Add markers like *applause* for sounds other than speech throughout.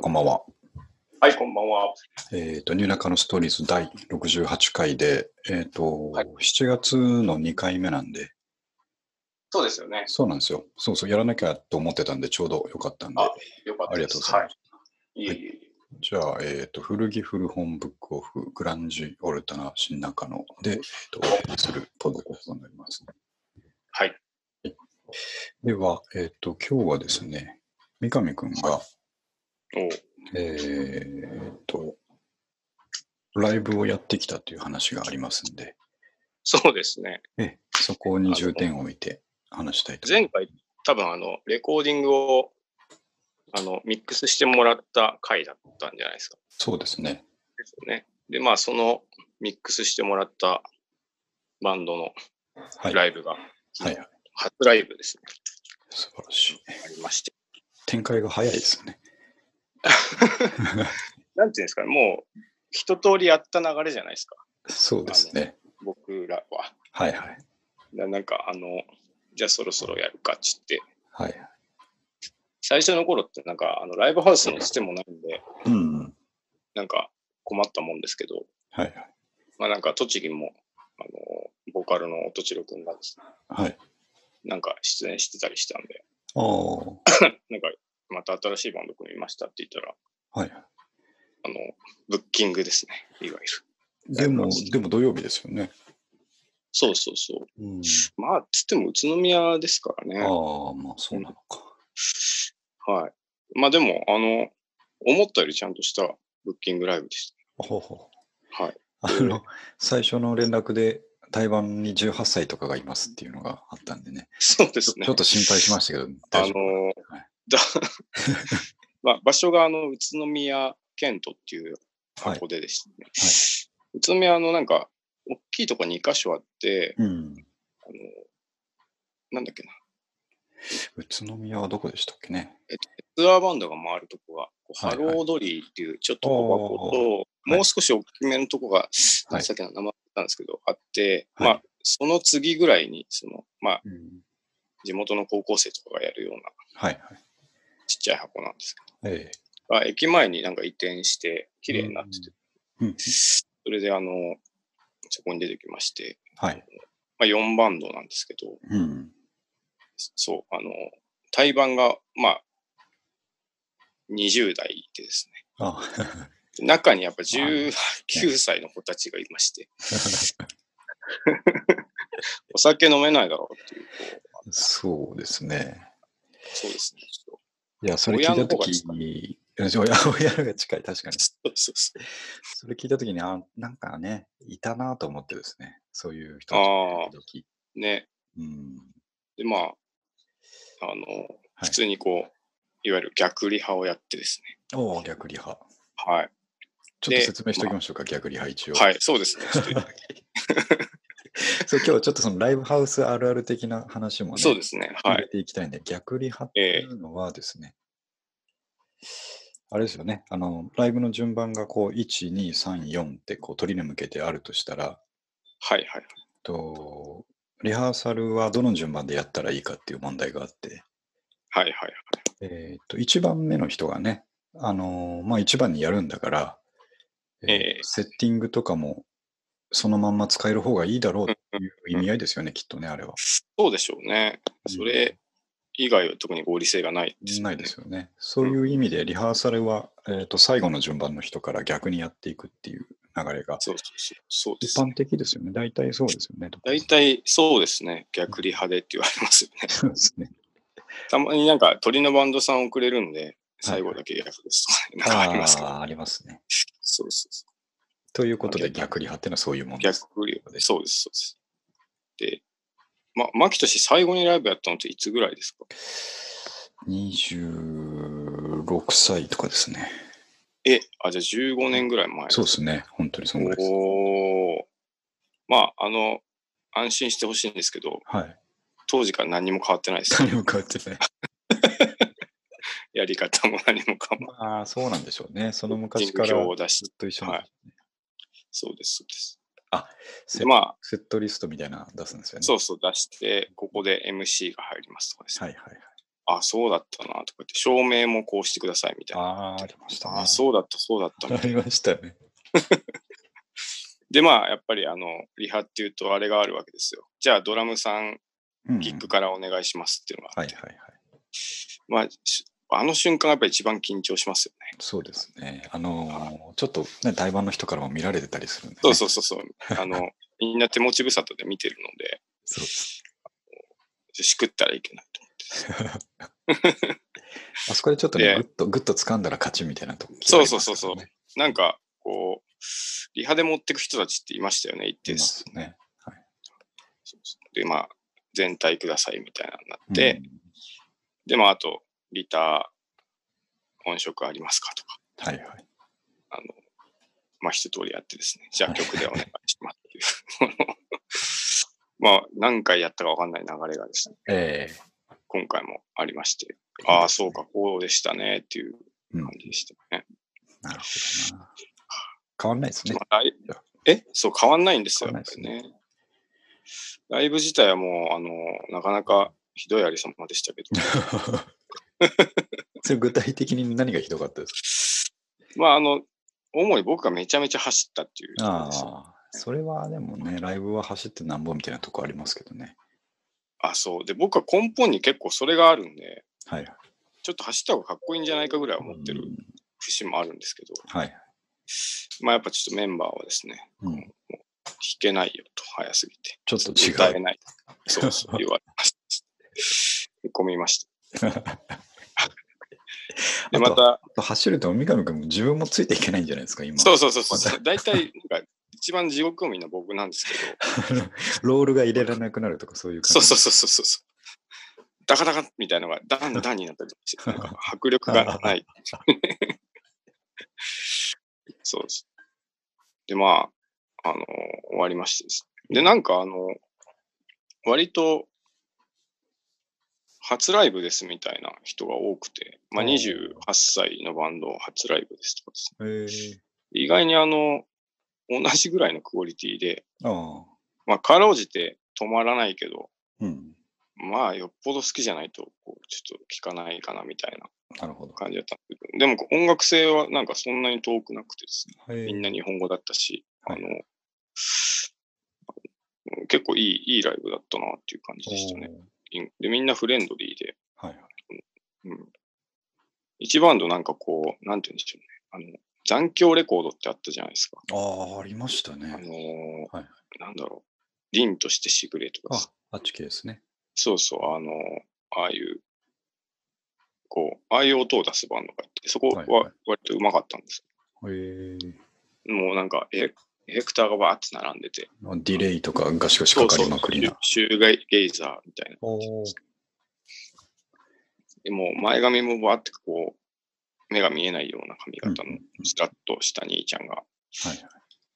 こんばんは。はい、こんばんは。えっ、と、ニューナカのストーリーズ第68回で、えっ、と、はい7月の2回目なんで、そうですよね。そうなんですよ。そうそう、やらなきゃと思ってたんで、ちょうどよかったんで。あよかったありです。がとうございますはい。いえいえいじゃあ、えっ、と、古着古本ブックオフ、グランジオルタナ新中野で、えっ、と、お送りするポッドキャストになります。はい。では、えっ、と、今日はですね、三上くんが、え。えーっと、ライブをやってきたという話がありますんで、そうですね。ええそこに重点を置いて話したいと思い前回、多分あの、レコーディングを、あの、ミックスしてもらった回だったんじゃないですか。ます。そうですね。ですよね。で、まあ、そのミックスしてもらったバンドのはい。はライブが、いはい。初ライブですね。素晴らしい。ありまして。展開が早いですね。なんていうんですかね、もう、一通りやった流れじゃないですか。そうですね。僕らは。はいはい。ななんか、あの、じゃあそろそろやるかっつって、はい。最初の頃ってなんかあのライブハウスのつてもないんでうんうん。なんか困ったもんですけど、はいはい。まあ、なんか栃木もあのボーカルの音千代くんがですねはい。なんか出演してたりしたんでああ。はなんかまた新しいバンド組みましたって言ったらいはい。あのブッキングですねいわゆるでも、でも土曜日ですよね。そうそうそううん、まあつっても宇都宮ですからねああ、まあそうなのか。はいまあでもあの思ったよりちゃんとしたブッキングライブでしほうほたはい、う。あの、最初の連絡で台湾に18歳とかがいますっていうのがあったんでね。そうでちょすねちょっと心配しましたけど、あ大の丈夫ーはいだ *laughs* まあ、場所があの宇都宮県都っていうはい箱でですね、宇都宮のなんか大きいとこに2箇所あってうん。あのなんだっけな宇都宮はどこでしたっけね。ツアーバンドが回るとこがこうはいはいハロードリーっていうちょっと小箱と、ーはいもう少し大きめのとこが、はないんさっきの名前だったんですけどあって、はいまあその次ぐらいにその、まあ、うん、地元の高校生とかがやるようなはいはい。ちっちゃい箱なんですけええど、あ駅前になんか移転して綺麗になってて、うんうんそれであの、そこに出てきまして、はい。まあ、4バンドなんですけど、うん。そう、あの、対バンが、まあ、20代でですあね。中にやっぱ19歳の子たちがいまして、お酒飲めないだろうっていう、こ *laughs* うそうですね。そうですね。ちょっいや、それ聞いたとき親の方がに、 *laughs* 親親が近い、確かに。とそうそうそうそれ聞いたときに、あ、なんかね、いたなと思ってですね。そういう人あーたちね。うん。で、まあ、あの、普通にこう、いわゆる逆リハをやってですね。おお、逆リハ。はい。ちょっとで説明しておきましょうか、逆リハ一応。。はいい、そうですね。*laughs* ちょっとそう今日ちょっとそのライブハウスあるある的な話もね、そうですね。は入れい。ていきたいんで、逆リハっていうのはですね、あれですよね、あの、ライブの順番がこう、1、2、3、4ってこう、取りに向けてあるとしたら、はいはい。と、リハーサルはどの順番でやったらいいかっていう問題があって、はいはいはい。えっと、1番目の人がね、あのーまあ、1番にやるんだから、えーええセッティングとかも、そのまんま使える方がいいだろうっていう意味合いですよね、きっとね、あれは。そうでしょうね。それ以外は特に合理性がないですよなねいですよね。そういう意味でリハーサルは、えー、と最後の順番の人から逆にやっていくっていう流れがそうそうそうそうで一す。般的ですよね。大体そうですよね。大体そうですね。逆リハでって言われますよね。そうですね。たまになんか鳥のバンドさんをくれるんで、最後だけ逆ですとか、なんかありますけど。 *laughs* あーありますね。そうそうそということで逆リハっていうのはそういうもう。のです。逆リハで。そうです、そうです。で、ま、牧俊最後にライブやったのっていつぐらいですか26歳とかですね。え、あ、じゃあ15年ぐらい前。そうですね。本当にそのぐらいです。おーまあ、あの、安心してほしいんですけど、はい。 *laughs* 当時から何も変わってないです。何も変わってない。やり方も何もかも。まあ、そうなんでしょう *laughs* ね。その昔人からず形を出しっと一緒に、はいそうです、そうです。セで、まあ、セットリストみたいなの出すんですよね。そうそう出して、ここで MC が入りますとかですね。はいはいはい。あ、そうだったな、とか言って、証明もこうしてくださいみたいな。ああ、ありましたね。あ、そうだった、そうだった。みあたいりなましたね。で、まあ、やっぱり、あの、リハっていうと、あれがあるわけですよ。じゃあ、ドラムさん、うんキックからお願いしますっていうのがあはいって、はいはい。まあし、あの瞬間がやっぱり一番緊張しますよね。そうですね。あのーちょっとね、台湾の人からも見られてたりするんで、ね。そうそうそうそう。あの、みんな手持ち無沙汰で見てるので、そうしくったらいけないと。あそこでちょっとね、でぐっと、ぐっと掴んだら勝ちみたいなとこ、そうそうそうそいうなんか、こう、リハで持ってく人たちっていましたよね、一定ます。数ね。そうそうで、まあ、全体くださいみたいなのになって、うん、で、まあ、あと、ギター、音色ありますかとか、はいはい。あの、まあ、一通りやってですね、じゃあ曲でお願いしますっていう。 *laughs* まあ、何回やったかわかんない流れがですね、ええ今回もありまして、ああ、そうか、こうでしたねっていううん感じでしたね。なるほどな。変わんないですね。まあライえそう、変わんないんですよ、変やわっんぱないりね。ライブ自体はもう、あの、なかなかひどいありさまでしたけど、 *laughs* それ具体的に何がひどかったですかまあ、あの、主に僕がめちゃめちゃ走ったっていうところあです。あ、それはでもね、ライブは走ってなんぼみたいなとこありますけどね。あ、そう。で、僕は根本に結構それがあるんで、はいはい。ちょっと走った方がかっこいいんじゃないかぐらい思ってるうん節もあるんですけど、はい。まあやっぱちょっとメンバーはですね、うん、弾けないよと、早すぎて。ちょっと違歌えう。ない。そ *laughs* うそう言われました。へこみました。で、あとまた、走ると三上君も自分もついていけないんじゃないですか、今。そうそうそうそう、大体、なんか一番地獄をみんな僕なんですけど、 *laughs* ロールが入れられなくなるとかそういうそ感うじ。そうそうそうそうそう。ダカダカみたいなのがダンダンになったり *laughs* して、なんか迫力がない。 *laughs* そうです。で、まあ、あの、終わりましてです。で、なんかあの、割と、初ライブですみたいな人が多くて、まあ、おー28歳のバンド初ライブですとかですね。え意外にあの、同じぐらいのクオリティで、ー、ああ。まあ、かろうじて止まらないけど、うん。まあ、よっぽど好きじゃないと、こう、ちょっと聞かないかなみたいななるほど。感じだったんですけど、でも音楽性はなんかそんなに遠くなくてですね、えーみんな日本語だったし、あはのい、結構いい、いいライブだったなっていう感じでしたね。で、みんなフレンドリーで、おーはいはい。うん。一バンドなんかこう、なんて言うんでしょうね、あの、残響レコードってあったじゃないですか。ああ、ありましたあのね。ーはいなんだろう、凛としてしぐれとかですあ、あっち系ですね。そうそう、あの、ああいう、こう、ああいう音を出すバンドがいて、そこはいははい割とうまかったんです。えー、もうなんかエ、エフェクターがバーって並んでて、ディレイとかガシガシかかりまくりな。シュシューゲイゲイザーみたいな。おーでもう前髪もバーってこう、目が見えないような髪型うんうのん、スラッとした兄ちゃんが、はいはい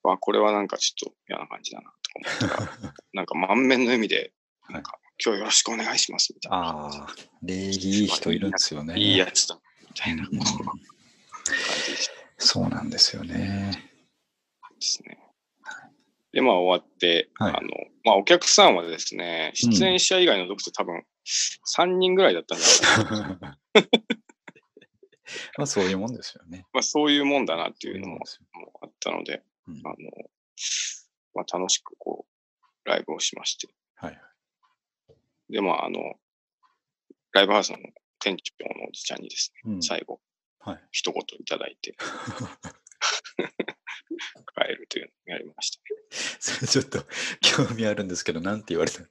わ、これはなんかちょっと嫌な感じだなとか思ったら、 *laughs* なんか満面の意味で、なんか、今日よろしくお願いしますみたいな。ああ、礼儀いい人いるんですよね。いいやつだ、みたいなこううん感じでした。そうなんですよ *laughs* ね。ですね。で、まあ終わって、はいあの、まあお客さんはですね、うん出演者以外の読者多分3人ぐらいだったんじゃないかな。まあそういうもんですよね。まあそういうもんだなってそういういうのももんですよあったので、うんあの、まあ楽しくこう、ライブをしまして。はいはい。で、まああの、ライブハウスの店長のおじちゃんにですね、うん最後、はい一言いただい *laughs* て、帰るというのをやりました。それちょっと興味あるんですけど、なんて言われたんで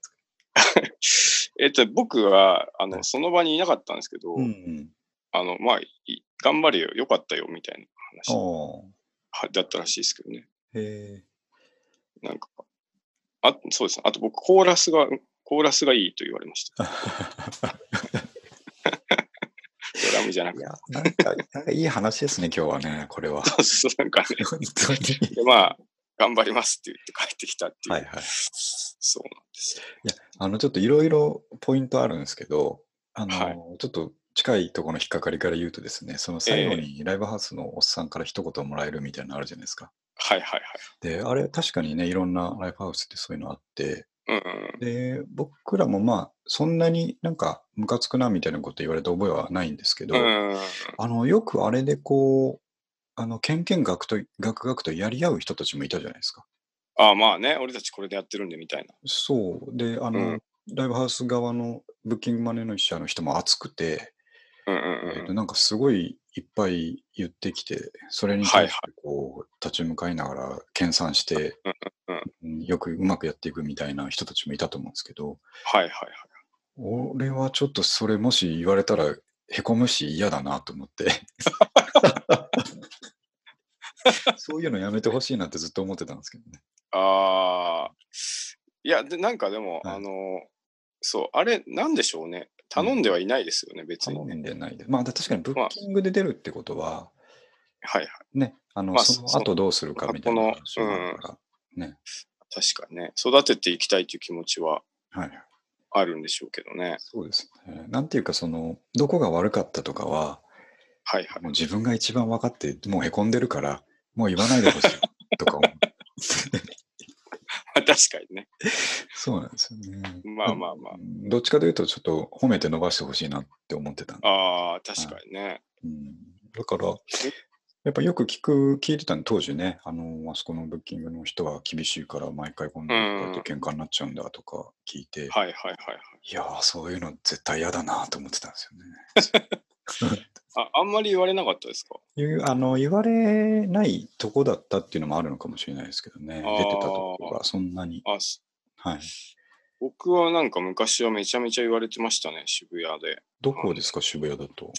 すかえっと、僕は、あはの、いその場にいなかったんですけど、うん。あの、まあ、い頑張れよ、よかったよ、みたいなあ話はだったらしいですけどね。あ。へえ。なんか、あそうですね。あと僕、コーラスが、コーラスがいいと言われました。ドラムじゃな *laughs* いくて。や、なんか、なんかいい話ですね、今日はね、これは。そう *laughs* そう、なんかね。本当に。で、まあ、頑張りますって言って帰ってきたっていう。はいはいそうなんですよ。あの、ちょっといろいろポイントあるんですけど、あの、はいちょっと近いところの引っかかりから言うとですね、その最後にライブハウスのおっさんから一言もらえるみたいなのあるじゃないですか。はいはいはい。で、あれ、確かにね、いろんなライブハウスってそういうのあって、うんうん。で、僕らもまあ、そんなになんかムカつくなみたいなこと言われた覚えはないんですけど、うん。あの、よくあれでこう、あの、けんけんがくと、がくがくとやり合う人たちもいたじゃないですか。ああ、まあね、俺たちこれでやってるんでみたいな。そう。で、あの、うんライブハウス側のブッキングマネージャーの人も熱くて、うんえっうんうとん。なんかすごいいっぱい言ってきて、それには対いはいしてこう、立ち向かいながら研鑽して、うんうんよくうまくやっていくみたいな人たちもいたと思うんですけど、はいはいはい。俺はちょっとそれもし言われたらへこむし嫌だなと思って。そういうのやめてほしいなってずっと思ってたんですけどね。ああ。いや、で、なんかでも、はいあの、そう、あれ、なんでしょうね。頼んではいないですよね、別に。頼はいんでないで。まあだ確かにブッキングで出るってことは、はい。ね、あの、まあそのそ後どうするかみたいな話もあるから。確かにね。育てていきたいという気持ちははい。あるんでしょうけどね。そうですね。なんていうか、その、どこが悪かったとかは、はいはいもう。自分が一番分かって、もうへこんでるから、もう言わないでほしいとか思う。 *laughs* ま *laughs* あ確かにね。そうなんですよね。まあまあまあ。どっちかというと、ちょっと褒めて伸ばしてほしいなって思ってたんで、ああ、確かにね。うん、だから、やっぱよく聞く、聞いてたの当時ね、あの、あそこのブッキングの人は厳しいから、毎回こんなこと喧嘩になっちゃうんだとか聞いて、はいはいはいはい。いやー、そういうの絶対嫌だなと思ってたんですよね。 *laughs* ああんまり言われなかったですかいうあの言われないとこだったっていうのもあるのかもしれないですけどね、出あーてたところがそんなに。あすはい、僕はなんか昔はめちゃめちゃ言われてましたね、渋谷で。どこですか、渋谷だと。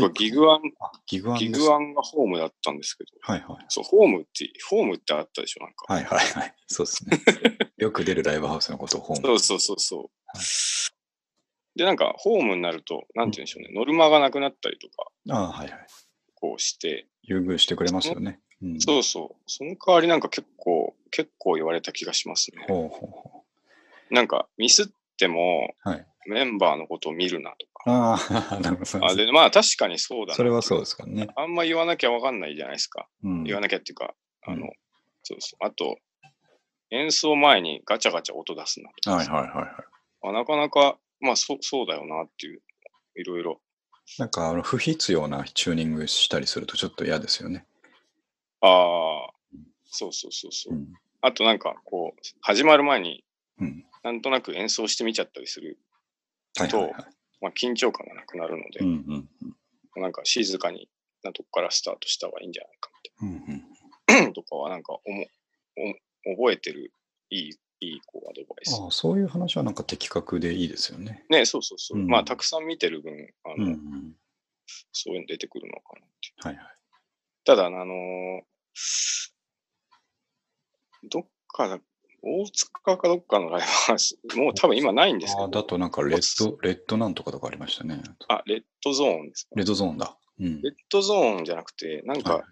僕はギアン。グアン、あギグアンギです。グアンがホームだったんですけど。はいはい。そう、ホームって、ホームってあったでしょ、なんか。はいはいはい。そうです *laughs* ね。よく出るライブハウスのことをホーム。そうそうそうそう。で、なんか、ホームになると、なんて言うんでしょうね、ノルマがなくなったりとか、ああ、はいはい。こうして、優遇してくれますよね。うん、そうそう、その代わりなんか結構、結構言われた気がしますね。ほうほうほなんか、ミスっても、う。はい。メンバーのことを見るなとか。ああ、なるほど。あでまあ、確かにそうだそな。れはそうですからね。あんま言わなきゃわかんないじゃないですか。うん、言わなきゃっていうか、うんあの、そうそう。あと、演奏前にガチャガチャ音出すなとか。はいはいはいはい。あなかなか、まあそう、そうだよなっていう、いろいろ。なんかあの不必要なチューニングしたりするとちょっと嫌ですよね。ああ、そうそうそうそうう。ん。あとなんか、こう、始まる前に、うん。なんとなく演奏してみちゃったりする、はいはい、はい。まあ緊張感がなくなるのでう、んうんなんか静かになとこからスタートした方がいいんじゃないかうんうんみた *laughs* いなとかは、なんかおもお覚えてる、いい、いい、こう、アドバイス。ああそういう話はなんか的確でいいですよね。ね、そうそうそう。うんまあ、たくさん見てる分、あうんの、うん、そういうの出てくるのかなっていう。はいはい。ただ、あのーどっかだ、大塚かどっかのライブハウス、もう多分今ないんですけああど、だとなんかレッド、レッドなんとかとかありましたね。あ、レッドゾーンですか。レッドゾーンだ。うんレ。ッドゾーンじゃなくて、なんはか、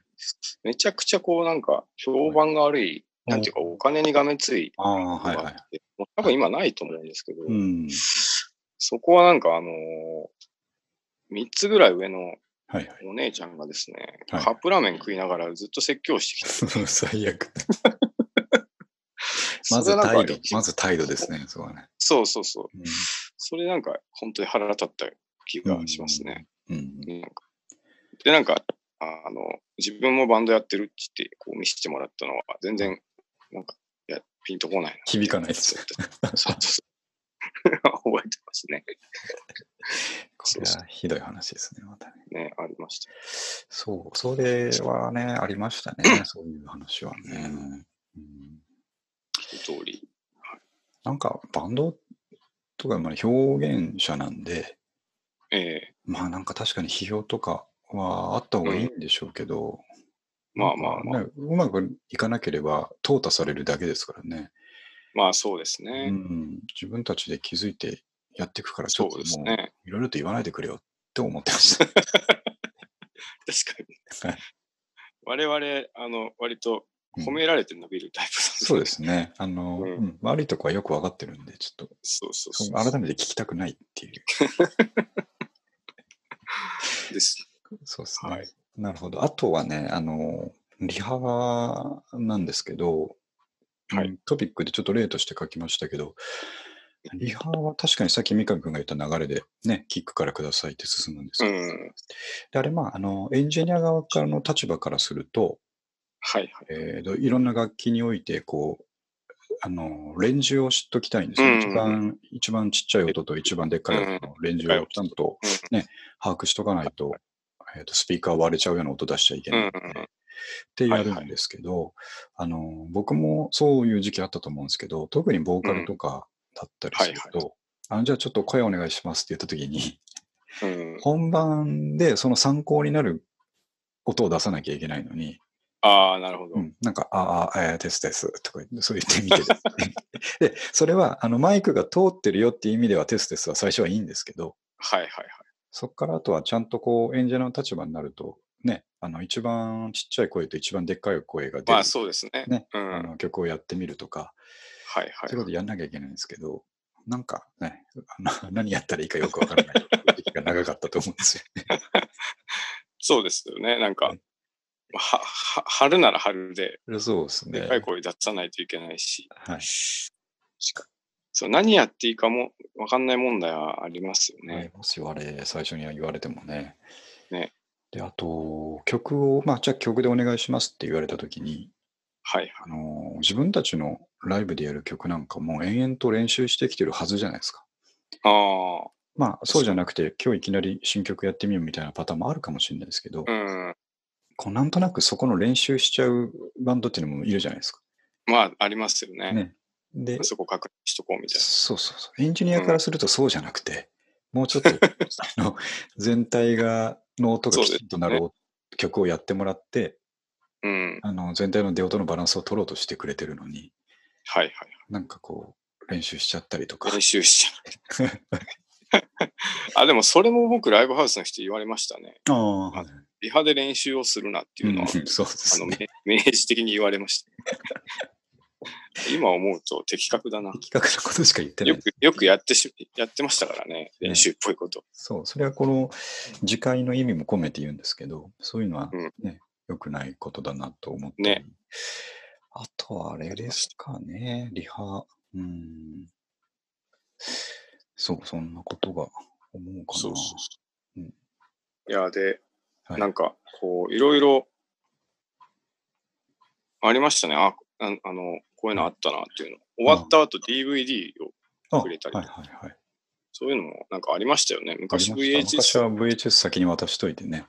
めちゃくちゃこう、なんか、評判が悪い、いなんていうか、お金にがめつい、ああ、はいはい。もう多分今ないと思うんですけど、うん。そこはなんか、あの3つぐらい上のはい *laughs* はい。お姉ちゃんがですね、はいカップラーメン食いながらずっと説教してき最 *laughs* 悪。た。 *laughs* まずそれはな態んか度、まず態度ですね、そこはね。そうそうそう。うんそれなんか本当に腹立った気がしますね。。うん。なんかで、なんか、ああの、自分もバンドやってるって言って、こう見せてもらったのは、全然、なんか、いや、ピンとこないな。響かないですそう *laughs* そうそう。 *laughs* 覚えてますね。これはひどい話ですね、またね。ね、ありました。そう、それはね、ありました *coughs* ね、そういう話はね。うん一通り。なんかバンドとかまあ表現者なんで、ええまあなんか確かに批評とかはあった方がいいんでしょうけど、まあまあまあ、ねうまくいかなければ淘汰されるだけですからね、まあそうですうね。ん、自分たちで気づいてやっていくからちょそっとうですもね。ういろいろと言わないでくれよって思ってま *laughs* した。確かに。はい我々、あの、割とうん褒められて伸びるタイプなん。そうですすね。あの、ううんん悪いとこはよくわかってるんで、ちょっとそうそうそそうう。改めて聞きたくないっていう。です。そうですね。はい。なるほど。あとはね、あの、リハなんですけど、はいうんトピックでちょっと例として書きましたけど、リハは確かにさっき三上君が言った流れで、ね、キックからくださいって進むんですうけど、ん。であれ、まああの、エンジニア側からの立場からすると、はいはい。えーといろんな楽器においてこうあのレンジを知っときたいんですね、うん一番一番ちっちゃい音と一番でっかい音のレンジをちゃんと、ね把握しとかないと,、えーとスピーカー割れちゃうような音出しちゃいけうないんので、ってやるんですけど、あの僕もそういう時期あったと思うんですけど特にボーカルとかだったりすると、うんあのじゃあちょっと声お願いしますって言った時にうん。うん。本番でその参考になる音を出さなきゃいけないのに、ああ、なるほど。うん、なんか、ああ、えーですですとか言って、そう言ってみてです *laughs* ね。 *laughs* で、それはあのマイクが通ってるよっていう意味ではテスですは最初はいいんですけど、はいはいはい。そこからあとはちゃんとこう演者の立場になると、ね、あの一番ちっちゃい声と一番でっかい声が出まる、あそうですね。ねうん。あはいの曲をやってみるとか、はい。そういうことやんなきゃいけないんですけど、なんかね、あの *laughs* 何やったらいいかよくわからない時期が長かったと思うんですよ。そうですよね。なんか、はは、は、春なら春で、 *laughs* そうですね。でかい声出さないといけないし、はい、そう何やっていいかもわかんない問題はありますよね。はい、もしあれ、最初に言われてもね。ねで、あと、曲を、まあ、じゃあ曲でお願いしますって言われたときに、はいあはい。のー自分たちのライブでやる曲なんかも延々と練習してきてるはずじゃないですか。あまあ、そうじゃなくて、今日いきなり新曲やってみようみたいなパターンもあるかもしれないですけど、あ、うん。こうなんとなくそこの練習しちゃうバンドっていうのもいるじゃないですか。まあ、ありますよね。ね。で、そこ確認しとこうみたいそうそうそう。エンジニアからするとそうじゃなくて、もうちょっと *laughs* あの全体がの音がきちんとなるそ曲をやってもらって、な。うん。あの全体の出音のバランスを取ろうとしてくれてるのに、はいはいなんかこう、練習しちゃったりとはかい。練。習しちゃう。あ、でもそれも僕、ライブハウスの人言われましたね。あ *laughs* あ、はいリハで練習をするなっていうのは、うんそうであすの、ね。め明示的に言われました。今思うと的確だな。企画のことしか言ってないよ。く、よくやってし、やってましたからね。練習っぽいこと。そう、それはこの次回の意味も込めて言うんですけど、そういうのはうねん、良、くないことだなと思って。ねあとはあれですかね、リハ。うん。そう、そんなことが思うかな。そうそうそう。うんいや、で、はいなんか、こう、いろいろ、ありましたね。あ、ああの、こういうのあったなっていうの。終わった後 DVD を、あくれたりはいはいはい。そういうのもなんかありましたよね。あり昔ました昔 VHS、は VHS 先に渡しといてね、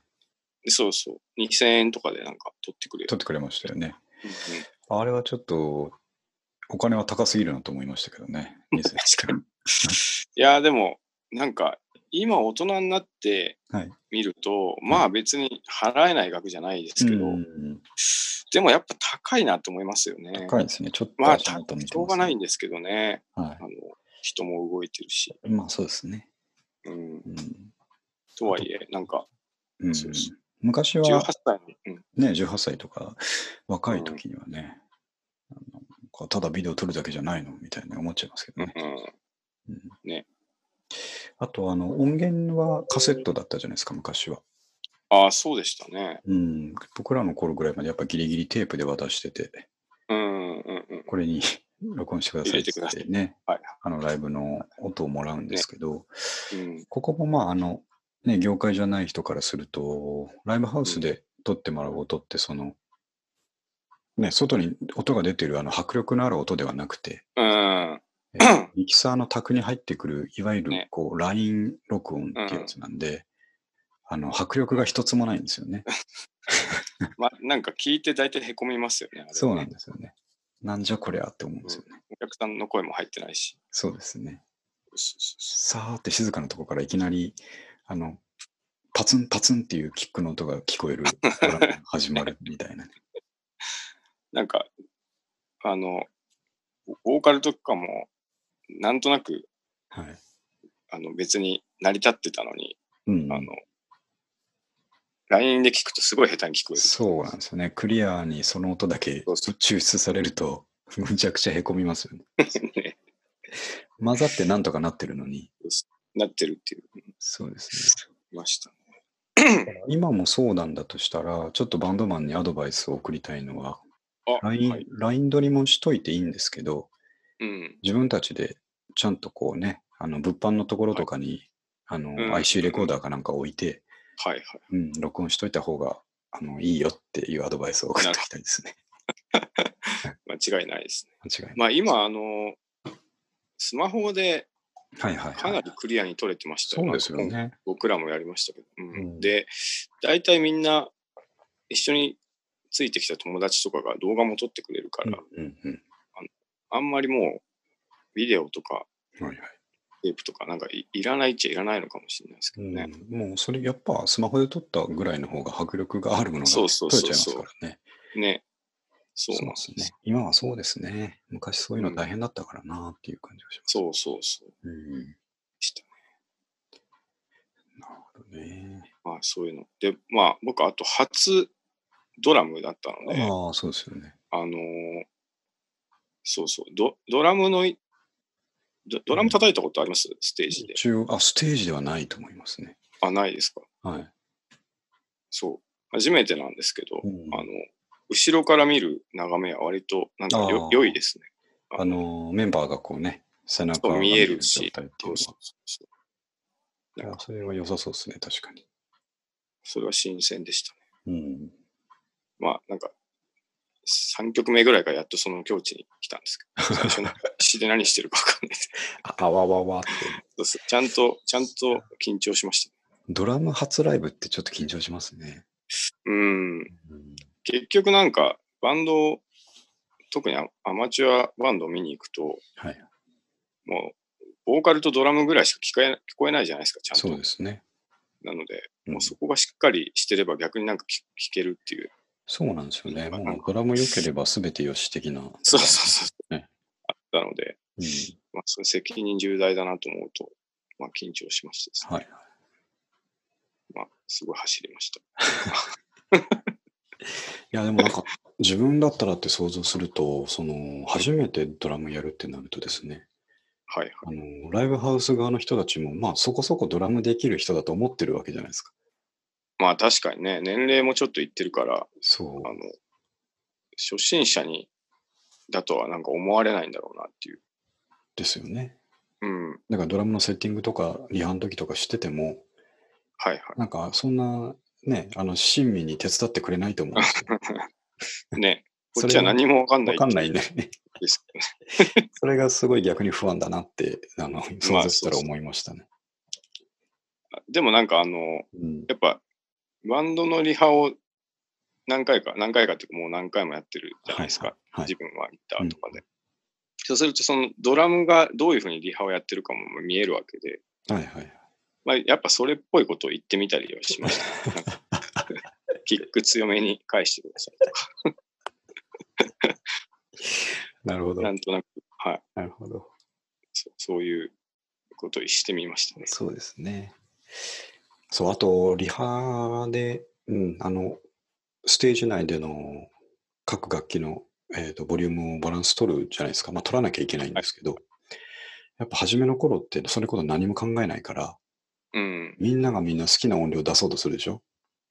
そうそう、2000円とかでなんか取ってくれる。撮ってくれましたよね。うんうんあれはちょっと、お金は高すぎるなと思いましたけど *laughs* ね。確かに。いや、でも、なんか、今大人になってはい見ると、まあ別に払えない額じゃないですけど、うんでもやっぱ高いなと思いますよね。高いですね。ちょっとまあ、足たし元見てょうまがすねないんですけどね。はあの人も動いてるし、い。まあそうですね。うん、うんとはいえ、なんか、うんそうそう昔18は歳の、うん、ね、18歳とか若い時にはね、あのこうただビデオ撮るだけじゃないのみたいな思っちゃいますけどうんね。うんねあとあの音源はカセットだったじゃないですか、昔は。ああ、そうでしたね。うん、僕らの頃ぐらいまでやっぱギリギリテープで渡してて、うん、うん、うん。これに録音してくださいって言っ入てね、はいあのライブの音をもらうんですけど、うん、ここもまあ、あの、ね、業界じゃない人からすると、ライブハウスで撮ってもらう音って、その、ね、外に音が出てるあの迫力のある音ではなくて、うん、え *clears throat* ーミキサーの卓に入ってくる、いわゆるねこう、ライン録音ってやつなんで、あの、迫力が一つもないんですよね。まあ、なんか聞いて大体へこみますよね。あれねそうなんですよね。なんじゃこりゃって思うんですよね。お客さんの声も入ってないし。そうですね。そうそうそうさーって静かなとこからいきなり、あの、パツンパツンっていうキックの音が聞こえる、始まるみたいなね。なんか、あの、ボーカルとかも、なんとなく、はい。あの、別に成り立ってたのに、うんあの、LINE で聞くとすごい下手に聞こえる。そうなんですよね。クリアにその音だけそうそ抽出されると、 *laughs* むちゃくちゃへこみますよね。 *laughs* ね混ざってなんとかなってるのに。なってるっていう、そうですました。ね。今もそうなんだとしたら、ちょっとバンドマンにアドバイスを送りたいのは、あ、ライン、はい。ライン取りもしといていいんですけど、うん。自分たちでちゃんとこうね、あの、物販のところとかに、あの、うん IC レコーダーかなんか置いて、はいはい。うん、録音しといた方が、あの、いいよっていうアドバイスを送っておきたいですね。間違いないですね。間違いない。まあ今、あの、スマホではいはい、かは。ないりクリアに取れてましたそうですよなんかね。僕らもやりましたけど。うんうんで、大体みんな一緒についてきた友達とかが動画も撮ってくれるかうら、んうんあんまりもうビデオとかうん。はいはい。テープとかなんかいいらないっちゃいらないのかもしれないですけどね。うん、もうそれやっぱスマホで撮ったぐらいの方が迫力があるものがそ撮うれそうちゃそういますからね。ね。そうなんでですすね。今はそうですね。昔そういうの大変だったからなっていう感じがします。そうそうそう。うん。したなるほどね。まあそういうの。で、まあ僕、あと初ドラムだったので、あああ、そうですよね。のーそうそう、ドドラムのいド、ドラム叩いたことありますステージで。一応、あ、ステージではないと思いますね。あ、ないですか。はい。そう。初めてなんですけど、うんあの、後ろから見る眺めは割と、なんかよあー良いですね。あの、メンバーがこうね、背中そうが見えるし見える状態っていうのそうそうそうそうなんは。あか、それは良さそうですね、確かに。それは新鮮でしたね。うん。まあ、なんか、3曲目ぐらいからやっとその境地に来たんですけど、最初なんか必死で何してるか分かんないですああわわわって。そうそうちゃんと、ちゃんと緊張しました。ドラム初ライブってちょっと緊張しますね。うん。うん結局なんか、バンドを、特にアアマチュアバンドを見に行くと、はい。もう、ボーカルとドラムぐらいしか聞かえ聞こえないじゃないですか、ちゃんと。そうですね。なので、うんもうそこがしっかりしてれば逆になんか聞聞けるっていう。そうなんですよね。なんかもうドラム良ければ全て良し的な。そうそうそう。ねあったので、うん。まあ、それ責任重大だなと思うと、まあ、緊張しました、はい。まあ、すごい走りました。いやでもなんか自分だったらって想像するとその初めてドラムやるってなるとですねはいはい。あのライブハウス側の人たちもまあそこそこドラムできる人だと思ってるわけじゃないですかまあ、確かにね、年齢もちょっといってるから、そあの、初心者に、だとはなんか思われないんだろうなっていう。うですよねうん。はいだからドラムのセッティングとかリハの時とかしててもはい。なんかそんなねあの親身に手伝ってくれないと思うんですよ *laughs* ね、こそっれちは何もわかんないわかんないねですけど *laughs* ね。それがすごい逆に不安だなってあの想像したらそうそう思いましたね、でもなんかあの、うんやっぱバンドのリハを何回か、何回かっていうかもう何回もやってるじゃないですか。はいはい自分はギターとかで。そうするとそのドラムがどういうふうにリハをやってるかも見えるわけで、はいはいはいまあ、やっぱそれっぽいことを言ってみたりはしま *laughs* した、ね。なんかキック強めに返してくださいとか、なるほどなんとなく、はい、なるほどそそういうことをしてみましたね。そうですね。そう、あと、リハで、うん、あの、ステージ内での各楽器の、えー、とボリュームをバランス取るじゃないですか。まあ、取らなきゃいけないんですけど、やっぱ初めの頃って、それこそ何も考えないから、うん。みんながみんな好きな音量出そうとするでしょ。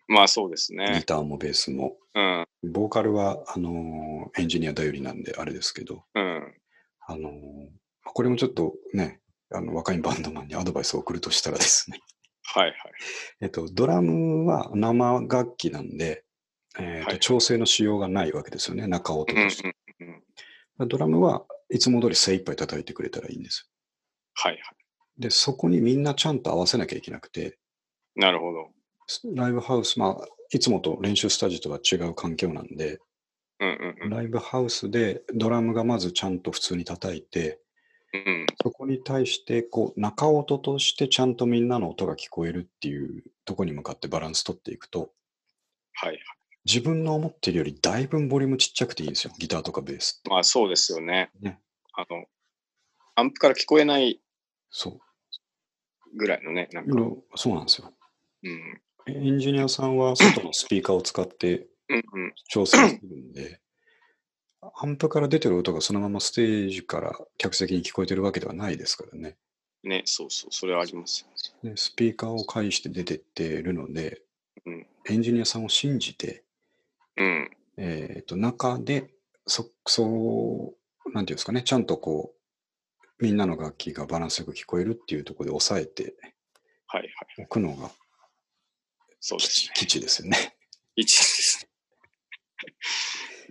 まあそうですギね。ターもベースも。うん。ボーカルは、あのーエンジニア頼りなんで、あれですけど、うん。あのーこれもちょっとね、あの若いバンドマンにアドバイスを送るとしたらですね、 *laughs* はいはい。えっと、ドラムは生楽器なんで、えっとはい調整のしようがないわけですよね、中音うんうんとして。ドラムはいつも通り精一杯叩いてくれたらいいんです。はいはい。で、そこにみんなちゃんと合わせなきゃいけなくて、なるほど。ライブハウス、まあ、いつもと練習スタジオとは違う環境なんで、うんうんうん。ライブハウスでドラムがまずちゃんと普通に叩いて、うん、そこに対して、こう、中音としてちゃんとみんなの音が聞こえるっていうとこに向かってバランス取っていくと、はい。自分の思ってるよりだいぶボリュームちっちゃくていいんですよ。ギターとかベースって。まあそうですよね。ねあの、アンプから聞こえないそぐらいのね、なんう。か。ろそうなんですよ。うん。エンジニアさんは外のスピーカーを使ってうんうん。調整するんで、アンプから出てる音がそのままステージから客席に聞こえてるわけではないですからね。ね、そうそう。それはありますよね。ねスピーカーを介して出てってるので、うんエンジニアさんを信じて、うん。えっ、と、中でそ、そう、なんていうんですかね、ちゃんとこう、みんなの楽器がバランスよく聞こえるっていうところで抑えてはいはい。おくのがそうで基す地ね。基地ですよね。一です。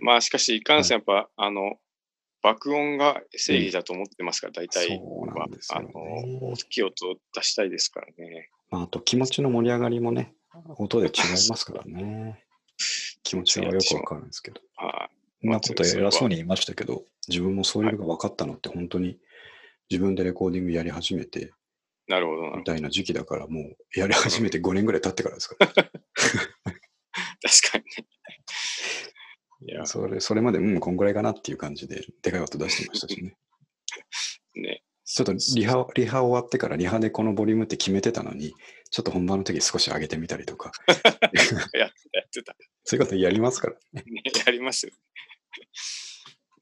*laughs* まあしかし、いかんせんやっぱ、あの、爆音が正義だと思ってますから、大体そうなはんですあよの、ね大。きい音を出したいですからね。まあ、あと気持ちの盛り上がりもね、音で違い *laughs* ますからね。気持ちはよくわかるんですけど。はそんなこと偉そうに言いましたけど、自分もそういうのが分かったのって本当に自分でレコーディングやり始めてい。なるほど、なるほみど。たいな時期だから、もうやり始めて5年ぐらい経ってからですから。確かにね。いや、それそれまで、うん、こんぐらいかなっていう感じで、でかい音出してました *laughs* しね。ね。ちょっとリハリハ終わってからリハでこのボリュームって決めてたのに、ちょっと本番の時少し上げてみたりとか、やってた、やってた。そういうことやりますからね、やりますよ。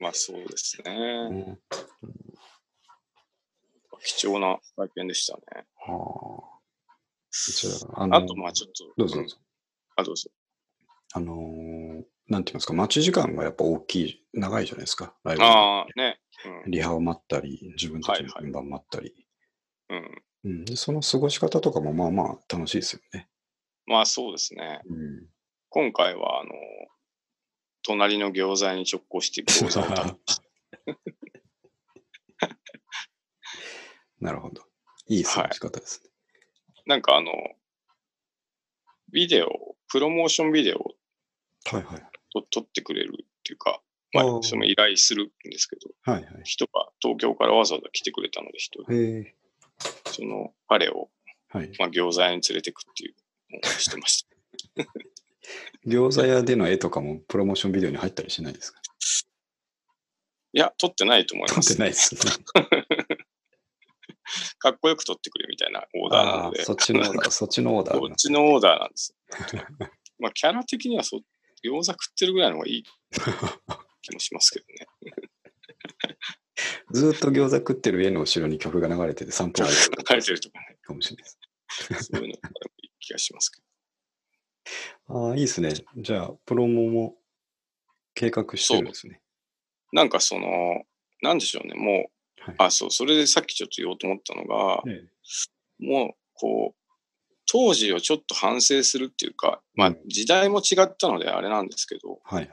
まあそうですね。ね。貴重な体験でしたね。はあ、じゃあ、あのあと、まあちょっと。どうぞどんうぞ。あ、どうぞ。あのーなんていうんですか、待ち時間がやっぱ大きい、長いじゃないですか、ライブのああ、ね。リハを待ったり、自分たちのはいはい順番待ったり、うん。うん。うんで。その過ごし方とかもまあまあ楽しいですよね。まあそうですね。うん、今回は、あの、隣の餃子に直行して餃子を *laughs* 食べ *laughs* なるほど。いい過ごし方ですね。なんかあの、ビデオ、プロモーションビデオをはいはい。と撮ってくれるっていうか、まああー、その依頼するんですけど、はいはい。人が東京からわざわざ来てくれたので、一人、へえ。その彼を、はい。まあ、餃子屋に連れてくっていうのをしてました。餃子屋での絵とかもプロモーションビデオに入ったりしないですかいや、撮ってないと思い撮まってす。ないですね。かっこよく撮ってくれみたいなオーダーなあのあで、ー、そっちのオーダー、そっちのオーダーこなっ。ちのオーダーなんです。 *laughs* まあ、キャラ的にはそ餃子食ってるぐらいの方がいい気もしますけどね。ずーっと餃子食ってる絵の後ろに曲が流れてて散歩がいる流れてるとかね、かもしれないです。そういうのがいい気がしますけど。ああ、いいですね。じゃあ、プロモも計画してるんですね。なんかその、なんでしょうね、もう、はいあ、そう、それでさっきちょっと言おうと思ったのが、ええもう、こう、当時をちょっと反省するっていうか、うまあん、時代も違ったのであれなんですけど、はい。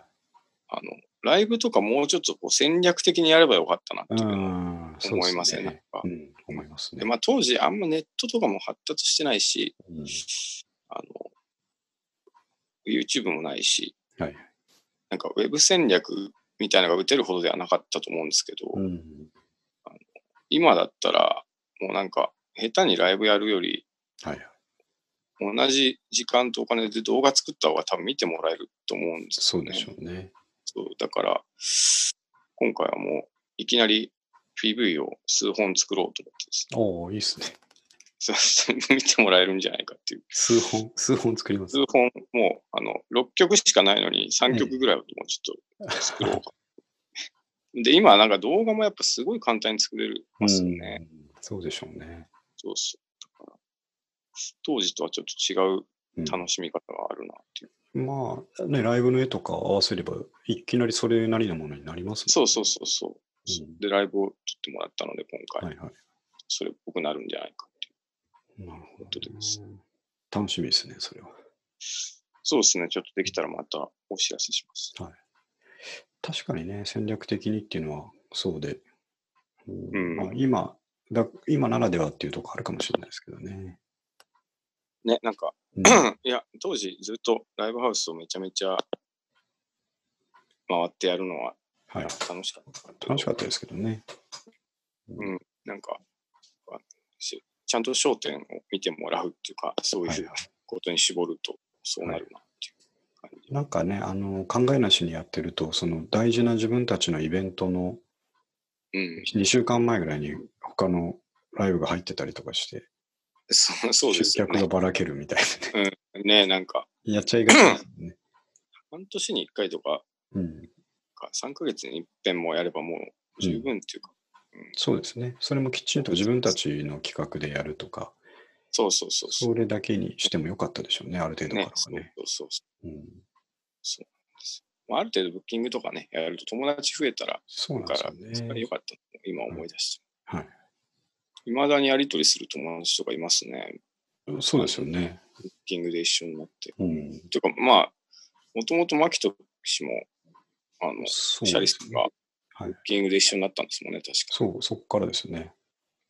あの、ライブとかもうちょっとこう戦略的にやればよかったなっていうのをああ、そうで思いますね。なんかうん、思いますね。でまあ、当時、あんまネットとかも発達してないし、うんあの、YouTube もないし、はいなんかウェブ戦略みたいなのが打てるほどではなかったと思うんですけど、うん。今だったら、もうなんか、下手にライブやるより、はい。同じ時間とお金で動画作った方が多分見てもらえると思うんですそうでしょうね。そうだから、今回はもう、いきなり PV を数本作ろうと思ってですねおおいいですね。そうそう *laughs* 見てもらえるんじゃないかっていう。数本、数本作ります。数本、もう、あの、6曲しかないのに3曲ぐらいをもうちょっと作ろうか。で、今はなんか動画もやっぱすごい簡単に作れますよね。うんそうでしょうね。そうそう。だから当時とはちょっと違ううん楽しみ方があるなっていう。まあ、ね、ライブの絵とか合わせれば、いきなりそれなりのものになりますもんねそうそうそうそう。うんで、ライブを撮ってもらったので、今回、はいはい。それっぽくなるんじゃないかっていう。なるほことどね、です楽しみですね、それは。そうですね。ちょっとできたらまたお知らせします。確かにね、戦略的にっていうのはそうで、うんうんまあ、今だ、今ならではっていうとこあるかもしれないですけどね。ね、なんか、 *clears throat* うんいや、当時ずっとライブハウスをめちゃめちゃ回ってやるのははい、楽しかった。楽しかったですけどね。なんか、しちゃんと焦点を見てもらうっていうか、そうはいいうことに絞ると、そうなるなっていう感じ。なんかね、あの考えなしにやってると、その大事な自分たちのイベントのうん、 *laughs* 2週間前ぐらいに他のライブが入ってたりとかして、そうそうで集すよ客ねが。ばらけるみたいなね、 *laughs* ね、なんか、やっちゃいがちですよね。半年に1回とか、うん、か3ヶ月に一遍もやればもう十分っていうか、そうですね。それもきちんと自分たちの企画でやるとか、そうそうそうそう。それだけにしてもよかったでしょうね、ある程度からねはそうね。そうそうそううんそうなんですまあ、ある程度ブッキングとかね、やると友達増えたら、そうなんだでかすらよ、それはね良。かった。今思い出した。はい。いまだにやり取りする友達とかいますね。そうですよね。ブッキングで一緒になって。うん。てか、まあ、もともと牧人氏も、あの、そうシャリスです君ねがはいブッキングで一緒になったんですもんね、確か。そう、そこからですね。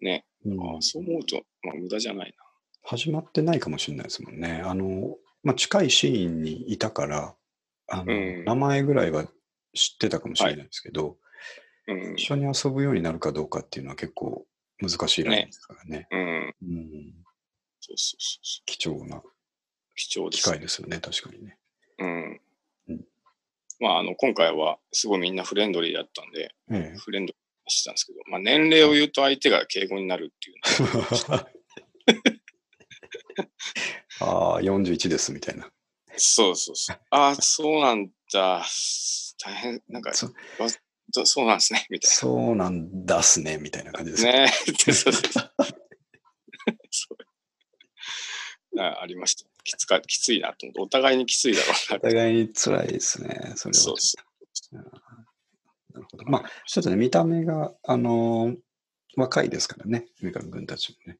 ね。うんああそう思うと、まあ、無駄じゃない始まってないかもしれないですもんね。あの、まあ、近いシーンにいたから、あのうん名前ぐらいは知ってたかもしれないですけど、な。うん一。緒に遊ぶようになるかどうかっていうのは結構難しいラインですからね。うん。うん、そうそうそうそ貴重なう。貴重で機す。会ですよね、確かにね。うんうん。まあ、あの、今回は、すごいみんなフレンドリーだったんで、え *laughs* え、フレンドリーな話したんですけど、まあ、年齢を言うと相手が敬語になるっていう *laughs* のはああ、41ですみたいな。そうそうそう。ああ、そうなんだ。大変、なんか、そどそうなんですね、みたいそうなんだっすねみたいな感じですな。ね *laughs* え、ってそうそうそうそう *laughs* あありました。きつか、きついなと思って、お互いにきついだろう *laughs* なお互いに辛いですね、それは。そうそなるほど。まあ、ちょっとね、見た目が、あのー若いですからね、三上君たちもね。う。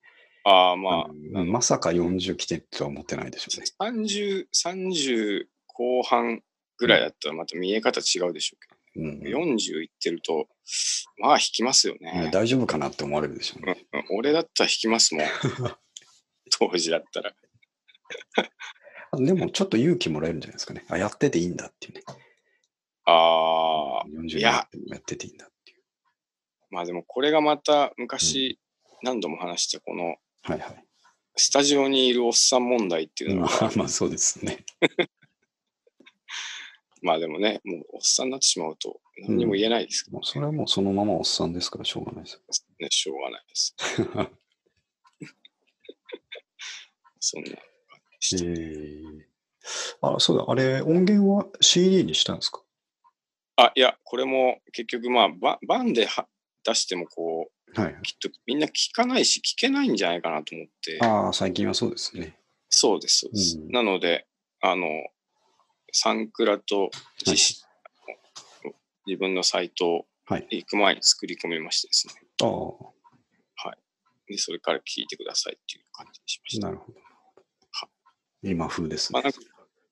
ああ、まあのまさか40来てとは思ってないでしょうね。あ、30、30後半ぐらいだったらまた見え方違うでしょううんけど、40いってると、まあ引きますよねね。大丈夫かなって思われるでしょううね。んうん俺だったら引きます *laughs* もん。当時だったら。あでも、ちょっと勇気もらえるんじゃないですかね。あ、やってていいんだっていうね。ああ、 40いややってていいんだっていう。まあでもこれがまた昔何度も話したこのはいはい。スタジオにいるおっさん問題っていうのまは、あ、まあ、そうですね。まあでもね、もうおっさんになってしまうと何にも言えないですけどもうそれはもうそのままおっさんですから、しょうがないです。ね、しょうがない *laughs* です。そんな。えーあ、そうだ、あれ、音源は CD にしたんですかあ、いや、これも結局まあババンでは出してもこう、はいはい。きっとみんな聞かないし聞けないんじゃないかなと思って、ああ、最近はそうですね。そうです、そうです。うんなので、あの、サンクラと自,、自分のサイトはい行く前に作り込みましてですね。ああ。で、それから聞いてくださいっていう感じにしました。なるほど。今風ですまねあ、。なんか、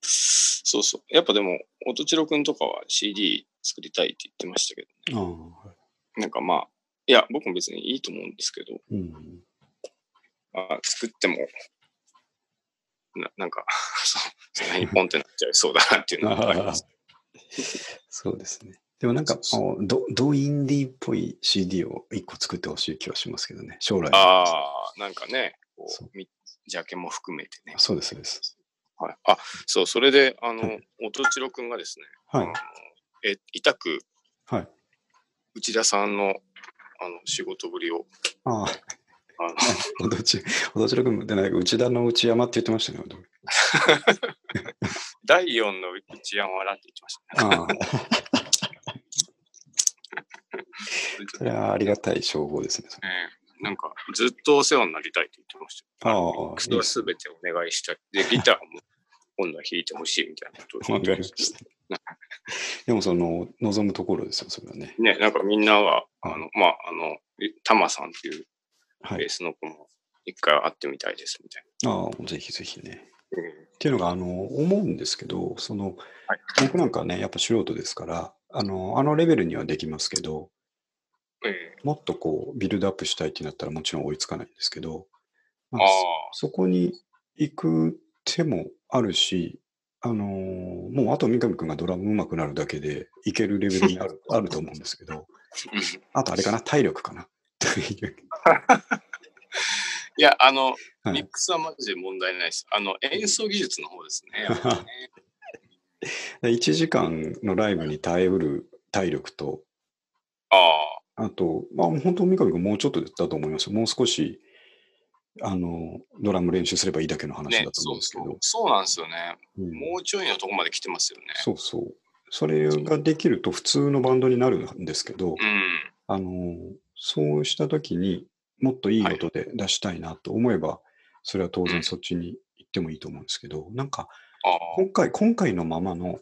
そうそう。やっぱでも、音千代くんとかは CD 作りたいって言ってましたけど、ああはなんかまあ、いや、僕も別にいいと思うんですけど、いうん、 *laughs* あ作っても、ななんか、 *laughs* そうその辺にポンってなっちゃいそうだなっていうのはあります。そうですね。でもなんかそあのど、どインディーっぽい CD を一個作ってほしい気はしますけどね、将来。ああ、なんかね、こそうみジャケも含めてね。そうです、そうです。はい、あ、そう、それで、あはの、音千代くんがですね、はあいの。え委託、はい、内田さんのあの仕事ぶりを、あ *laughs* あ、あのおどち、おどちろくんってなんか内田の内山って言ってましたけど。第4の内山だって言ってましたね。ああ、それはありがたい称号ですね。それええなんか、ずっとお世話になりたいって言ってましたああ、よ。いい靴ではすすべてお願いしたい。で、ギターも今度は弾いてほしいみたいなことを言わっかて *laughs* りま *laughs* した。でもその、望むところですよ、それはね。ね、なんかみんなは、はいあの、まあ、あの、タマさんっていうはベいー。スの子も、一回会ってみたいですみたいああ、ぜひぜひね。な。っていうのが、あの、思うんですけど、その、はい僕なんかね、やっぱ素人ですから、あの、あのレベルにはできますけど、うんええもっとこう、ビルドアップしたいってなったらもちろん追いつかないんですけど、まあああ、そこに行く手もあるし、あのーもうあと三上君がドラム上手くなるだけでいけるレベルにあ *laughs* るあると思うんですけど、うんあとあれかな、体力かな。 *laughs* という *laughs* いや、あの、はいミックスはマジで問題ないです。あの、演奏技術の方です *laughs* ね。で1時間のライブに耐えうる体力と、ああ、あと、まあ、本当、三上君もうちょっとだと思いますよもう少し、あの、ドラム練習すればいいだけの話ねだ、と思うそんうですけそど、う。そうなんですよね。うんもうちょいのとこまで来てますよね。そうそう。それができると普通のバンドになるんですけど、うん。あの、そうしたときにもっといい音で出したいなと思えば、それは当う然んそっちに行ってもいいと思うんですけど、なんかああ、今回、今回のままの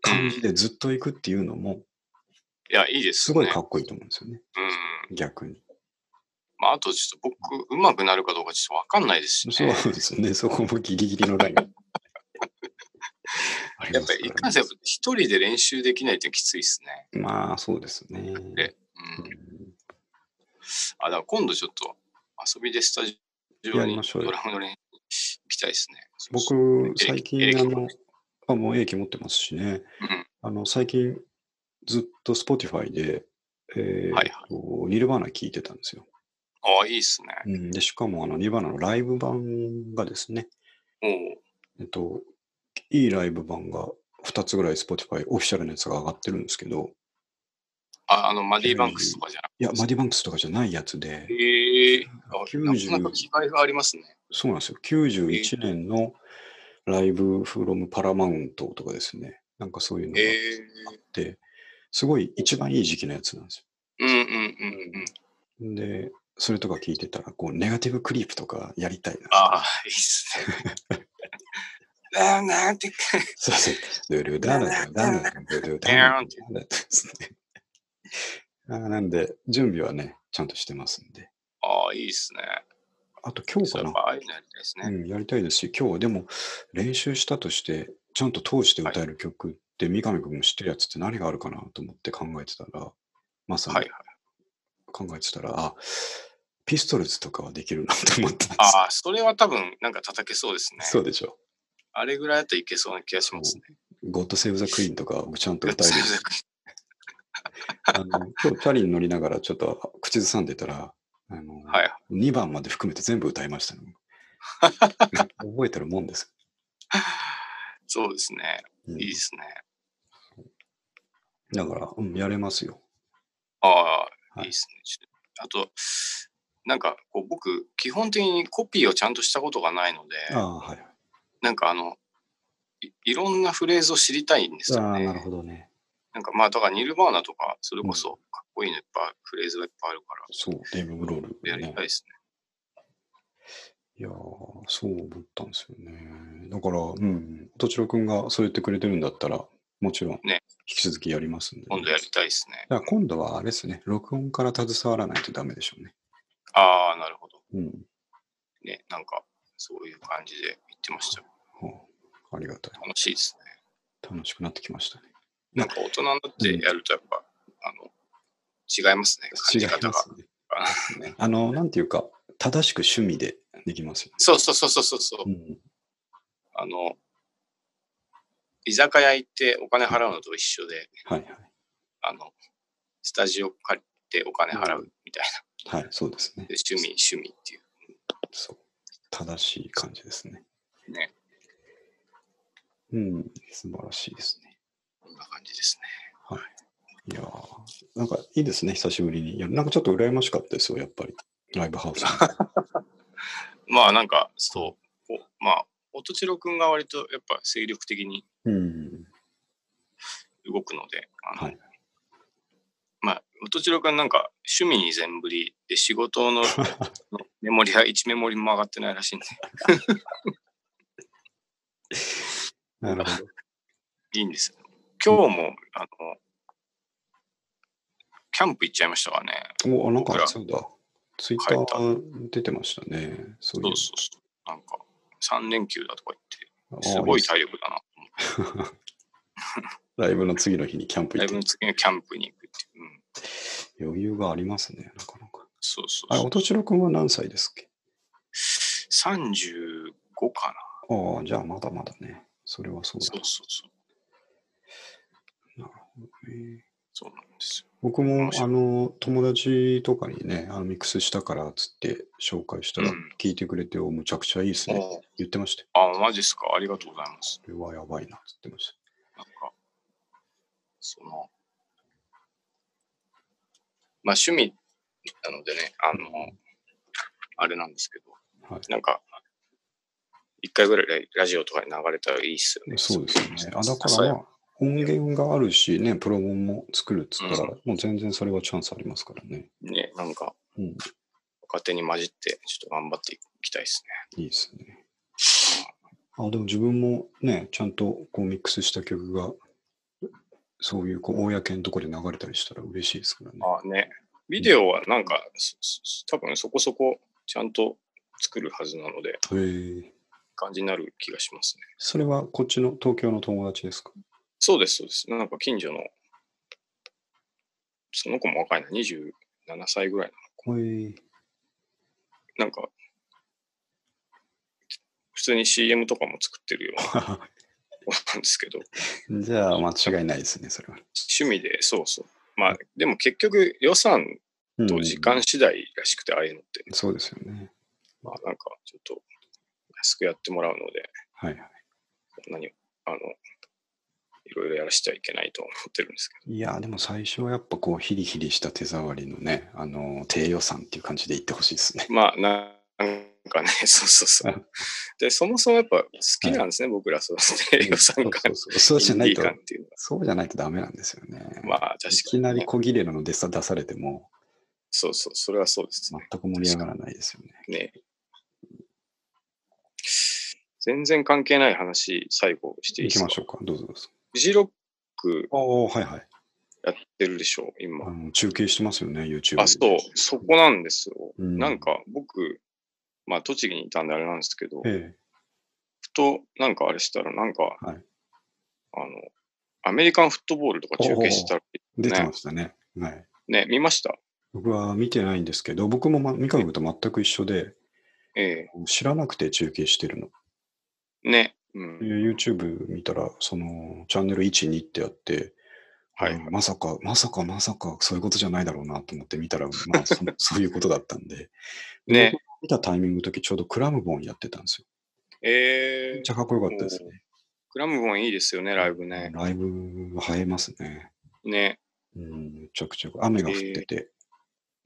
感じでずっと行くっていうのも、いや、いいですすね。ごいかっこいいと思うんですよね。うん。逆に。まあ、あとちょっと僕、うまくなるかどうかちょっとわかんないですしそうね。ですね。 *laughs* そこもギリギリ *laughs* のライン。ありやっまぱすり、いかからんせんねやっぱ一人で練習できないってきついですね。まあ、そうですね。でう。うんんあ、だから今度ちょっと遊びでスタジオやりにましょうよドラムの練習行きたいですね。そうそう僕、最エレ近、キあの、あもう英気持ってますしね。うんあの、最近、ずっと Spotify で、えーはいとニルバーナ聞いてたんですよ。ああ、いいですね。うん、でしかも、あの、ニルバーナのライブ版がですね、おうえっと、いいライブ版が2つぐらい Spotify オフィシャルのやつが上がってるんですけど、あ、あの、マディ・バンクスとかじゃなくいや、マディバンクスとかじゃないやつでて。、へえあなかなか90気概がありますね。そうなんですよ。91年のライブフロムパラマウントとかですね。なんかそういうのがへえあって、すごい一番いい時期のやつなんですうんうんうんうん。よ。で、それとか聞いてたら、こう、ネガティブクリープとかやりたいな。ああ、いいっす *laughs* ね。ああ、なんてか。そうそう。ドゥルダダダダダドゥルダダダダですね。あーなんで、準備はね、ちゃんとしてますんで。ああ、いいっすね。あと今日そかうやなっ。ぱああいうのやりたいですうね。ん、やりたいですし、今日はでも練習したとして、ちゃんと通して歌える曲って、三上君も知ってるやつって何があるかなと思って考えてたら、まさはいはにい。考えてたら、あ、ピストルズとかはできるなと思ったんですよ。ああ、それは多分なんか叩けそうですね。そうでしょ。あれぐらいだといけそうな気がしますね。ゴッドセーブザクイーンとか僕ちゃんと歌 *laughs* えるし。はあの今日チャリに乗りながらちょっと口ずさんでたら、あのい。 2番まで含めて全部歌いました *laughs* ね。覚えてるもんです。そうですね。うんいいですね。だから、うん、やれますよ。ああ、はいいいですね。ちょあと、なんかこう僕、基本的にコピーをちゃんとしたことがないので、ああ、はい。なんかあの、いいろんなフレーズを知りたいんですあよあ、ね。なるほどね。なんかまあ、だからニルバーナとか、それこそかっこいいのいっぱい、フレーズがいっぱいあるかそう、デイブ・ブローら、やル、りねた。いですね。いやー、そう思ったんですよね。だから、うん、とちろくんがそう言ってくれてるんだったら、もちろん、ね引き続きやりますんでね、今度やりたいですね。だから今度はあれですね、録音から携わらないとダメでしょうね。ああ、なるほど。うん。ね、なんか、そういう感じで言ってましたよ。はあ、ありがたい。楽しいですね。楽しくなってきましたね。なんか大人になってやるとやっぱ、あの、違いますね。感違じい方まが。すね。 *laughs* あの、なんていうか、正しく趣味でできますよね。そうそうそうそうそうそうう。ん、あの、居酒屋行ってお金払うのと一緒で、はいはい。あの、スタジオ借りてお金払うみたいはい、そうですねな。。で趣味、趣味っていう。そう。正しい感じですね。ね。うん、素晴らしいですね。こんな感じですね。いやーなんかいいですね、久しぶりに。いや、なんかちょっと羨ましかったですよ、やっぱり。ライブハウスに。まあなんか、そう、こうまあ、音千代くんが割とやっぱ精力的にうん。動くので、あのはいまあ、音千代くんなんか趣味に全振りで仕 *laughs* 事のメモリは1メモリも上がってないらしいんで、なるほど。いいんですよ。今日も、あの、キャンプ行っちゃいましたからね。もう、あなん僕からそうだ。ツイッター出てましたね。そういそううそうそう。なんか、3連休だとかあ言っーて、すごい体力だなと思って。ライブの次の日にキャンプラ行っイブのて、次のキャンプに行くっていう。うん。余裕がありますね、なかなか。そうそうあれ、そう。音白くんは何歳ですっけ35かな。ああ、じゃあまだまだね。それはそうだそう。そうそう。へえそうなんですよ。僕も面、白いあの、友達とかにね、あのミックスしたからっつって紹介したらうん、聞いてくれて、おむちゃくちゃいいですね。おう言ってましたよ。あ、マジっすか。ありがとうございます。これはやばいな、つってました。なんか、その、まあ趣味なのでね、あの、あれなんですけど、はいなんか、一回ぐらいラジオとかに流れたらいいっすよね。そうですよね。あだかそうら、まあ、音源があるし、ね、プロモンも作るっつったら、もう全然それはチャンスありますからね。ね、なんか、うん、若手に混じって、ちょっと頑張っていきたいですいいですね。あでも自分もね、ちゃんとこうミックスした曲がそういう、こう、公のとこで流れたりしたら嬉しいですからね。ああね。ビデオはなんか、すす多分そこそこちゃんと作るはずなので、へえ。感じになる気がしますね。それはこっちの東京の友達ですかそうです、そうです。なんか近所の、その子も若いな、27歳ぐらいへえ。の、なんか、普通に CM とかも作ってるような子なんですけど、 *laughs* じゃあ、間違いないですね、それは。趣味で、そうそう。まあ、でも結局予算うんと時間次第らしくて、ああいうのって、そうですよね。まあなんかちょっと安くやってもらうので、はいはい。こんなに、あの、いろいろやらしちゃいけないと思ってるんですけいや、でも最初はやっぱこう、ヒリヒリした手触りのね、あの、低予算っていう感じで言ってほしいですね。ど、まあ、なんかね、 *laughs* そうそうそう。で、そもそもやっぱ好きなんですね、僕ら、 *laughs* そうですね、予算感、そうそうそうそうじゃないインデとィー、感っていうのそうじゃないとダメなんですよね。が。まあ、確かいに、きなり小切れなのでさ出されても、そうそう、それはそうですね。全く盛り上がらないですよね。ね全然関係ない話、最後していい行きですかましょうか。どうぞどうぞ。フジロックああ、はいはい。やってるでしょ、今あ。の中継してますよね、YouTube で。あ、そう、そこなんですよ。うんなんか僕、まあ栃木にいたんであれなんですけど、えふとなんかあれしたら、なんか、はいあの、アメリカンフットボールとか中継してたら、え、出てましたね。はい。ね、見ました僕は見てないんですけど、僕も、ま、三上君と全く一緒で、え知らなくて中継してるの。えね、うん、で YouTube 見たら、その、チャンネル1、2ってあって、はいあのまさか、まさか、まさか、そういうことじゃないだろうなと思って見たら、まあ、そ *laughs* そういうことだったんで。でね僕見たタイミングの時、ちょうどクラムボンやってたんですよ。めえっちえゃかっこよかったですね。クラムボンいいですよね、ライブね。ライブは映えますね。ね、うん、めちゃくちゃ。雨が降ってて。うん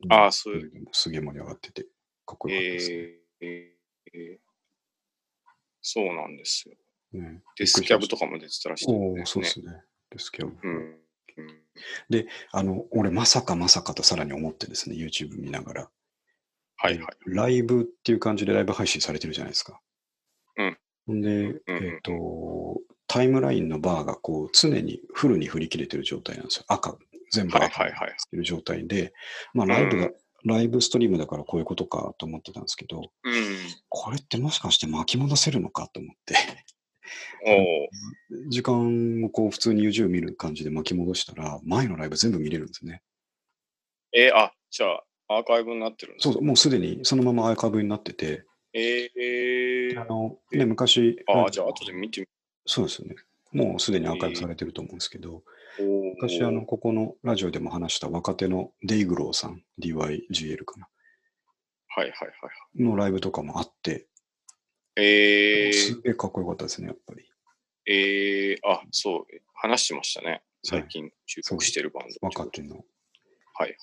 ああ、そういう、すげえ盛り上がってて、かっこよかったですね。ええええそうなんですよ。ねデスキャブとかも出てたらしいですおおー、そうですね。デスキャブ。うんうんあの、俺、まさかまさかとさらに思ってですね、YouTube 見ながら。はいはい。ライブっていう感じでライブ配信されてるじゃないですか。うんん。で、えっ、と、タイムラインのバーがこう、常にフルに振り切れてる状態なんですよ。赤、全部はい赤はにいはい。してる状態で、まあ、ライブが、うライブストリームだからこういうことかと思ってたんですけど、うん。これってもしかして巻き戻せるのかと思って、 *laughs* おお。時間をこう普通に YouTube 見る感じで巻き戻したら、前のライブ全部見れるんですね。えーあ、じゃあ、アーカイブになってるんですそうかそう、もうすでにそのままアーカイブになってて、ええあの、ね、昔、ああ、じゃあ、後で見てみそうですよね。もうすでにアーカイブされてると思うんですけど、よう。昔、あの、ここのラジオでも話した若手のデイグローさん、DYGL かな、はいはいはいはのライブとかもあって、い。えーすげえかっこよかったですね、やっぱり。えーあ、そう、話してましたね。最近、注そう目してるバンド。若手の。はい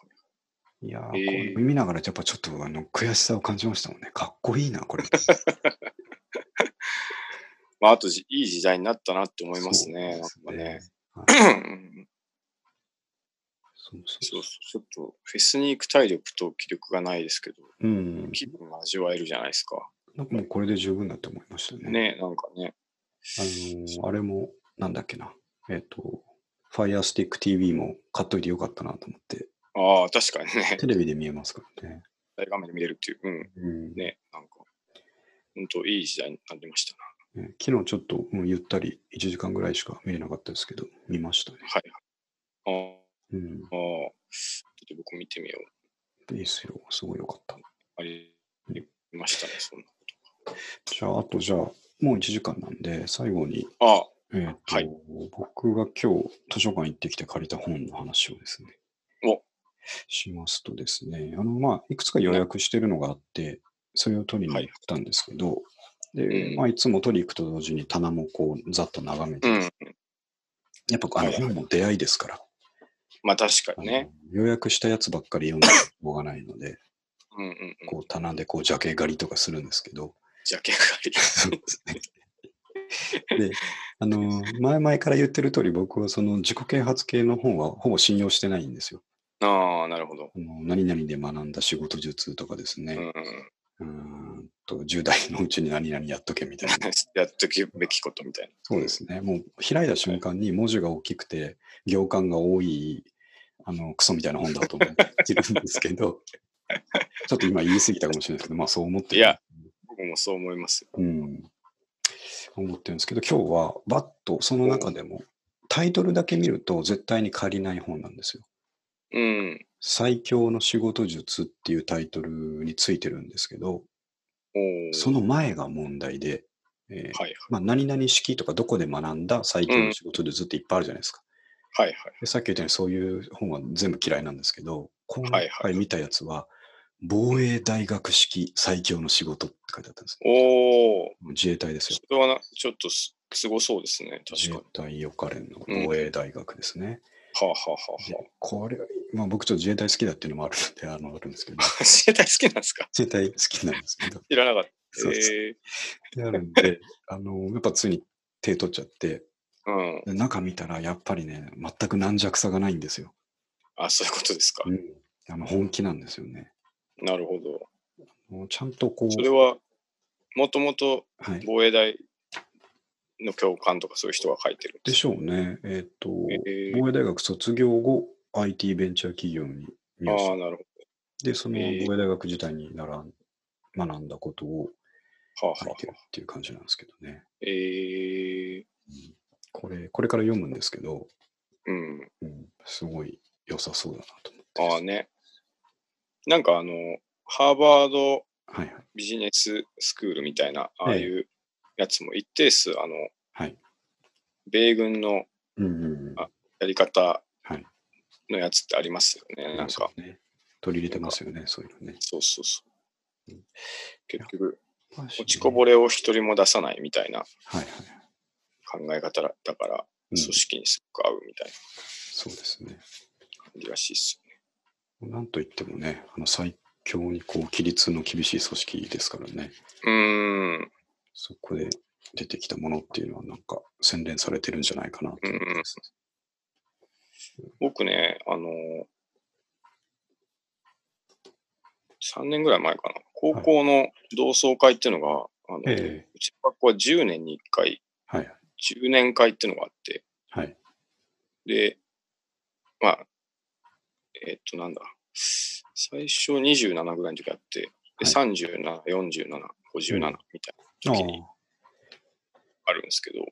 いやー、えーこれ見ながらやっぱちょっとあの悔しさを感じましたもんね。かっこいいな、こ *laughs* れ。まあ、あとじ、いい時代になったなって思いますね。なんそかうでね。すはいうんそう *clears throat* そそううそう、ちょっと、フェスに行く体力と気力がないですけど、うん。気分が味わえるじゃないですか。なんかもうこれで十分だと思いましたね。ね、なんかね。あのーあれも、なんだっけな。えっ、と、Fire Stick TV も買っといてよかったなと思って、ああ、確かにね。 *laughs* テレビで見えますからね。大画面で見れるっていう。うん。うんね、なんか、本当いい時代になりましたな。ね昨日ちょっと、うん、ゆったり1時間ぐらいしか見れなかったですけど、見ましたね。はい。あーうん、あー、ちょっと僕見てみよいいですよ。すごいよかった。う。ありましたね、そんな。じゃあ、あとじゃあ、もう1時間なんで、最後に、あえーとはい僕が今日図書館行ってきて借りた本の話をですね。おしますとですね、あの、まあ、いくつか予約してるのがあって、それを取りに行ったんですけど、で、うんまあ、いつも取り行くと同時に棚もこう、ざっと眺めうて、ん。やっぱあの本も出会いですから、まあ確かあにのね。予約したやつばっかり読んでる方がないので、うんうんうん。こう棚でこうジャケ狩りとかするんですけど、 *laughs* ジャケ狩り。そうですね。で、あの、前々から言ってる通り、僕はその自己啓発系の本はほぼ信用してないんですよ。ああ、なるほど。あの何々で学んだ仕事術とかです *laughs* うんうね、ん。うーんと10代のうちに何々やっとけ *laughs* みたいな。やっとくべきことみたいな。そうですね。もう開いた瞬間に文字が大きくて、行間が多い、あの、クソみたいな本だと思ってるんですけ *laughs* ど、ちょっと今言い過ぎたかもしれないですけど、まあそう思ってるいや僕もそう思いますよ。うん、思ってるんですけど、今日はバッとその中でもタイトルだけ見ると絶対に借りない本なんですよ。うん。最強の仕事術っていうタイトルについてるんですけど、おーその前が問題で、えーはいまあ、何々式とかどこで学んだ最強の仕事術っていっぱいあるじゃないですか。はいはい。でさっき言ったようにそういう本は全部嫌いなんですけど、今はい回見たやつは、防衛大学式最強の仕事って書いてあったんですよ。おお、自衛隊ですよ。それはなちょっとすすごそうですね。確自か衛に。は隊予科連のうん防衛大学ですね。あ、はあはでこれ、まあ、僕ちょっと自衛隊好きだっていうのもある *laughs* んで、あの、あるんですけどあ、は、あ。自衛隊好きなんですか自衛隊好きなんです *laughs* けど、知らなかった。そうですえであるんで、あの、やっぱついに手取っちゃって、ーうん。で中見たらやっぱりね、全く軟弱さがないんですよ。あ、そういうことですか。うん、あの本気なんですよね。なるほど。もうちゃんとこ、そうれは、もともとはい、防衛大の教官とかそういう人が書いてるんですしょうね。えっ、と、えー防衛大学卒業後、IT ベンチャー企業に入ああ、社なるほで、そのえー防衛大学時代にならん学んだことをど。はあ、書はいあてるっていう感じなんですけどね。えー、これ、これから読むんですけど、うん。うん、すごい良さそうだなとあ思あって。ね。なんかあの、ハーバードはいはい。ビジネススクールみたいな、ああいうやつも一定数、あの、はい。米軍のうんうんうん。あやり方はい。のやつってありますよね。なんか、そうね。取り入れてますよね、そういうのね。そうそうそう。結局、落ちこれ。ぼれを一人も出さないみたいなはいはい。考え方だだから、うん組織にすごく合うみたいそうですね。な感じらしいっすよね。なんといってもね、あの最強にこう規律の厳しい組織ですからね、うーん、そこで出てきたものっていうのは、なんか洗練されてるんじゃないかなと思います。僕ね、あの、3年ぐらい前かな、高校の同窓会っていうのが、あのええうちの学校は10年に1回、はい10年会っていうのがあって、はい。で、まあ、えっと、なんだ、最初27ぐらいの時あって、では37、47、57みたいなああ時にあるんですけど、はい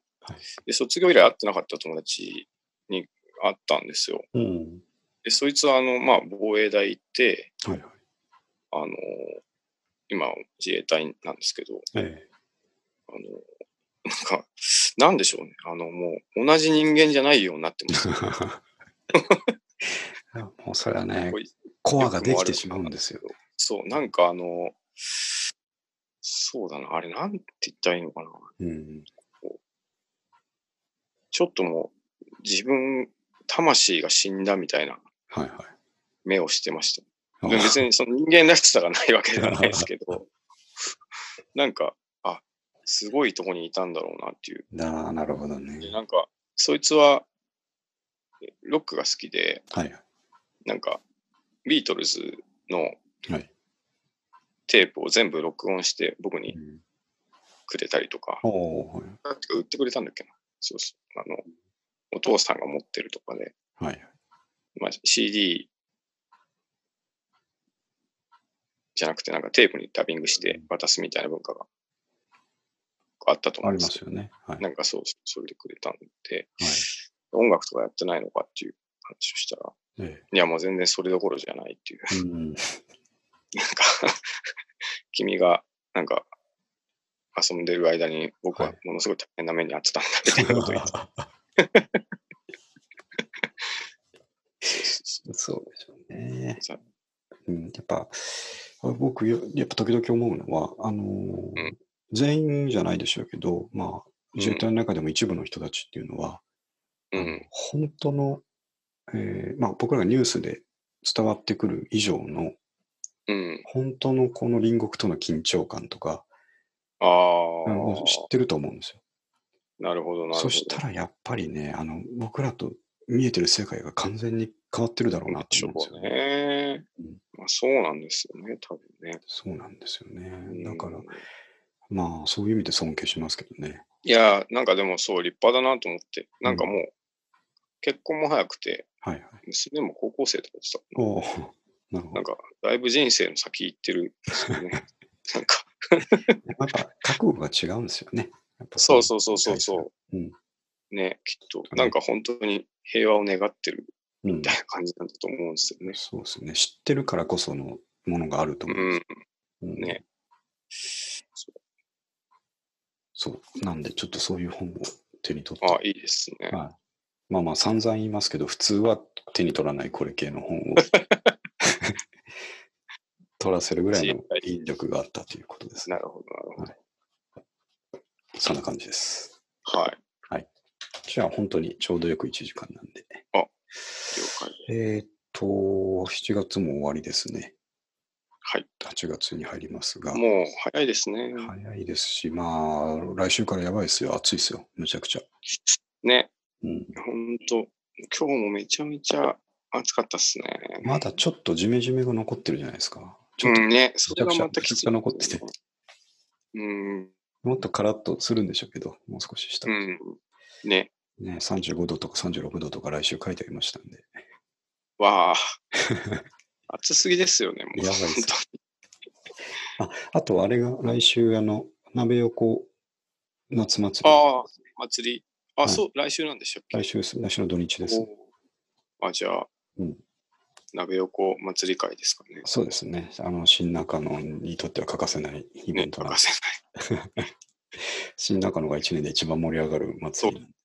で卒業以来会ってなかった友達に会ったんですよ。うん。で、そいつは、あの、まあ、防衛大行って、はいはい。あの、今、自衛隊なんですけど、えあの、なんか、なんでしょうね。あの、もう、同じ人間じゃないようになってます。え *laughs* もうそれは *laughs* ねこ、うコアができてしまうんですよ。そう、なんかあの、そうだな、あれなんて言ったらいいのかな。うん。ちょっともう、自分、魂が死んだみたいなはいはい目をしてました。。あでも別にその人間らしさがないわけではないですけ *laughs* ど、なんか、あ、すごいとこにいたんだろうなっていう。ななるほどねで。なんか、そいつは、ロックが好きで、はいはい。なんか、ビートルズのはいテープを全部録音して僕にうんくれたりとか、おおはいなんていうか売ってくれたんだっけな。そうそう。あの、お父さんが持ってるとかで、はいはい。まあ、CD じゃなくてなんかテープにダビングして渡すみたいな文化があったとあ思うんりでますすよ。よね。はい。なんかそう、それでくれたんで、はい音楽とかやってないのかっていう話をしたら、えいやもう全然それどころじゃないっていう。えうん。 *laughs* なんか、君が、なんか、遊んでる間に僕ははいものすごい大変な目に遭ってたんだみたいなこと言ってそうでしょうねそう。うん、やっぱ、あ僕よ、やっぱ時々思うのは、あのーん全員じゃないでしょうけど、まあ、ん自衛隊の中でも一部の人たちっていうのは、うあのん。本当の、えーまあ、僕らがニュースで伝わってくる以上の、うん。本当のこの隣国との緊張感とか、ああの知あっ、てると思うんですよ。なるほど、なるほそど。したらやっぱりね、あの、僕らと見えてる世界が完全に変わってるだろうなでしとょ思うんうですよね。ねうん。まあ、そうなんですよね、多分ね。そうなんですようんね。だから、まあ、そういう意味で尊敬しますけどね。いや、なんかでもそう、立派だなと思って、なんかもう、結婚も早くて、はいはい。娘も高校生とかでしたもんねおお、 *laughs* なるほどなん。か、だいぶ人生の先行ってるんで *laughs* すよね。なんか、やっぱ覚悟が違うんですよね。やっぱ。そうそうそうそうそううん。う。ね、きっと、ねなんか本当に平和を願ってるうんみたいな感じなんだと思うんですよね。そうですね。知ってるからこそのものがあると思うん。う。うんね。そう。なんで、ちょっとそういう本を手に取って。あ、いいですね。はい、まあまあ、散々言いますけど、普通は手に取らないこれ系の *laughs* 本を取らせるぐらいの引力があったということですね。なるほど、なるほそんな感じです。ど。はい。じゃあ、本当にちょうどよく1時間なんで。了解です。えーっと、7月も終わりですね。はい。 8月に入りますが、もう早いですね。早いですし、まあ、来週からやばいですよ。暑いですよ。むちゃくちゃ。ね、うん、ほんと、今日もめちゃめちゃ暑かったっすね。まだちょっとジメジメが残ってるじゃないですか。ちうょっとんね、それがまたきめちつい。ゃくちゃ残っててうん、もっとカラッとするんでしょうけど、もう少ししたうら、 *laughs* ん。ね、ね、35度とか36度とか来週書いてありましたんで。*laughs* わあ。暑すぎですよね、もう。やばいっすほんとあ、あとあれが来週、あの、鍋横夏祭り。ああ、祭り。あ、はいそう、来週なんでしたっけ来週です、来週の土日ですね。おーあ、じゃあ、うん鍋横祭り会ですかね。そうですね。あの、新中野にとっては欠かせないイベね、ント欠なんかです。せ新中野が1年で一番盛り上がる祭りなんで。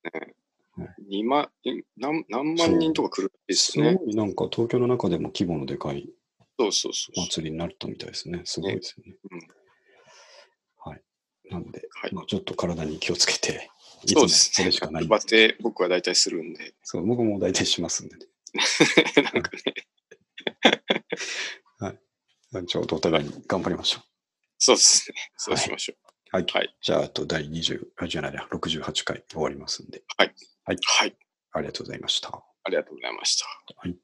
ない。2万、ん何何万人とか来るらしいですすよね。ごいなんか東京の中でも規模のでかいそうそうそうそう。祭りになったみたいですね。すごいですよね。うんはい。なので、はいまあちょっと体に気をつけて、いつそうもですそね。れしかないんでバテ僕は大体するんで。 *laughs* そう、僕も大体しますんでね。なんかね、ちょうどお互いに頑張りましょそうですね。そうしましょう。はい。はいじゃあ、あと第20、あじゃないな、68回終わりますんで、う。はい。はい。ありがとうございました。ありがとうございました。はい。